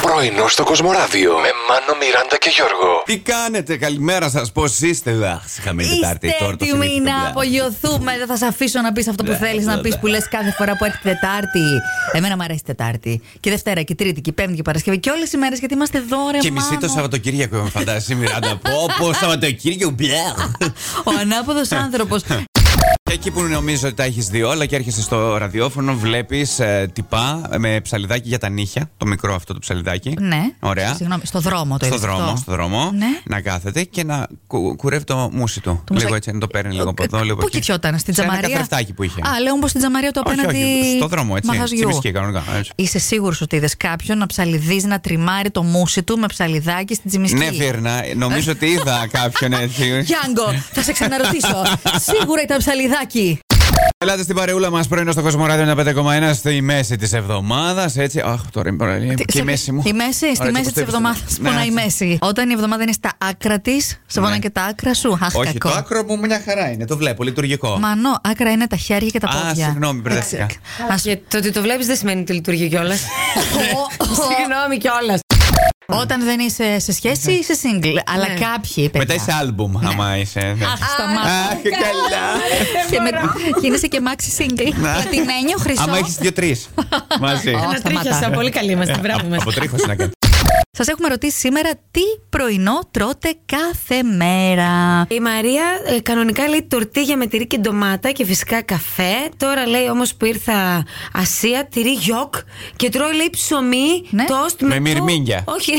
Πρωινό στο Κοσμοράδιο με Μάνο, Μιράντα και Γιώργο. Τι κάνετε, καλημέρα σας, πώς είστε. Αχ, είχαμε Τετάρτη Είστε τώρα. το έτοιμοι θυμήθηκα. να απογειωθούμε. Δεν θα σε αφήσω να πεις αυτό που Ναι, θέλεις να ναι, πεις ναι. που λες κάθε φορά που έρχεται Τετάρτη. Εμένα μου αρέσει Τετάρτη. Και Δευτέρα, και Τρίτη, και Πέμπτη, και Παρασκευή. Και όλες οι μέρες γιατί είμαστε εδώ, ρε Και μισή το μάνο. Σαββατοκύριακο, με φαντάζει η Μιράντα. Πω, πω, Σαββατοκύριακο, μπλεχ. Ο ανάποδος άνθρωπος. Και εκεί που νομίζω ότι τα έχεις δει όλα και έρχεσαι στο ραδιόφωνο, βλέπεις τυπά με ψαλιδάκι για τα νύχια. Το μικρό αυτό το ψαλιδάκι. ναι. Ωραία. Συγγνώμη, στο δρόμο το στο είδες αυτό. δρόμο, στο δρόμο Ναι. να κάθεται και να κου, κουρεύει το μουσί του. λίγο Το μουσάκι- έτσι, να το παίρνει Ναι, λίγο από εδώ, λίγο Πού από εκεί. κοιτιόταν, στην Σε Τζαμαρία. Ένα καθρεφτάκι που είχε. Α, λέω όμως στην Τζαμαρία το Όχι, απέναντι. όχι, στο δρόμο, έτσι, μαγαζιού. στη Μυστική, κανονικά, έτσι. Είσαι σίγουρος ότι είδες κάποιον να ψαλιδίζει, να τριμάρει το μουσι του με ψαλιδάκι στην Τζιμισκή. Ναι, Βίρνα, νομίζω ότι είδα κάποιον έτσι. Γιάνγκο, θα σε ξαναρωτήσω. Σίγουρα ήταν ψαλιδάκι. Ελάτε στην παρεούλα μας πρωινό στο Κοσμοράδιο 95,1 στη μέση της εβδομάδας. Έτσι. Αχ, τώρα είμαι παραλία. Και η σε- μέση μου. Η μέση, στη Ωραία, μέση της το εβδομάδα. πιστεύω. Πονάει η Ναι. μέση. Όταν η εβδομάδα είναι στα άκρα της, σε πονάνε Ναι. και τα άκρα σου. Αχ, Όχι, το κακό. άκρο μου μια χαρά είναι. Το βλέπω, λειτουργικό. Μανώ, άκρα είναι τα χέρια και τα Α, πόδια. συγγνώμη, μπερδεύτηκα. Εντάξει. Ας- Και το ότι το βλέπεις δεν σημαίνει ότι λειτουργεί κιόλας. Συγγνώμη κιόλας. Όταν δεν είσαι σε σχέση, είσαι single. Αλλά κάποιοι. παιδιά. Ναι. Ναι. Μετά είσαι άλμπουμ, άμα είσαι. Ναι. Αχ, σταμάτα. Αχ, καλά. Ε, Και με- Γίνεσαι και μάξι single. Πλατινένιο, χρυσό. Ναι. Ναι, Άμα έχεις δύο-τρει μαζί. Ω, Ανατρίχιασα. σταμάτα. Πολύ καλή είμαστε. Μπράβο μα. Ε, Από τρίχωση να κάνει. Σας έχουμε ρωτήσει σήμερα τι πρωινό τρώτε κάθε μέρα. Η Μαρία ε, κανονικά λέει τορτίγια με τυρί και ντομάτα και φυσικά καφέ. Τώρα λέει όμως που ήρθα Ασία, τυρί γιοκ και τρώει λέει ψωμί, Ναι. τόστ Με το- μυρμήγκια. Όχι.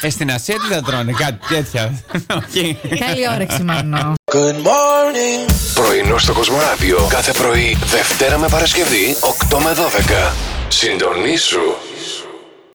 Ε, στην Ασία τι θα τρώνε, κάτι τέτοια. Όχι. Καλή όρεξη, μάλλον. Πρωινό στο Κοσμοράδιο κάθε πρωί, Δευτέρα με Παρασκευή, 8 με 12. Συντονίσου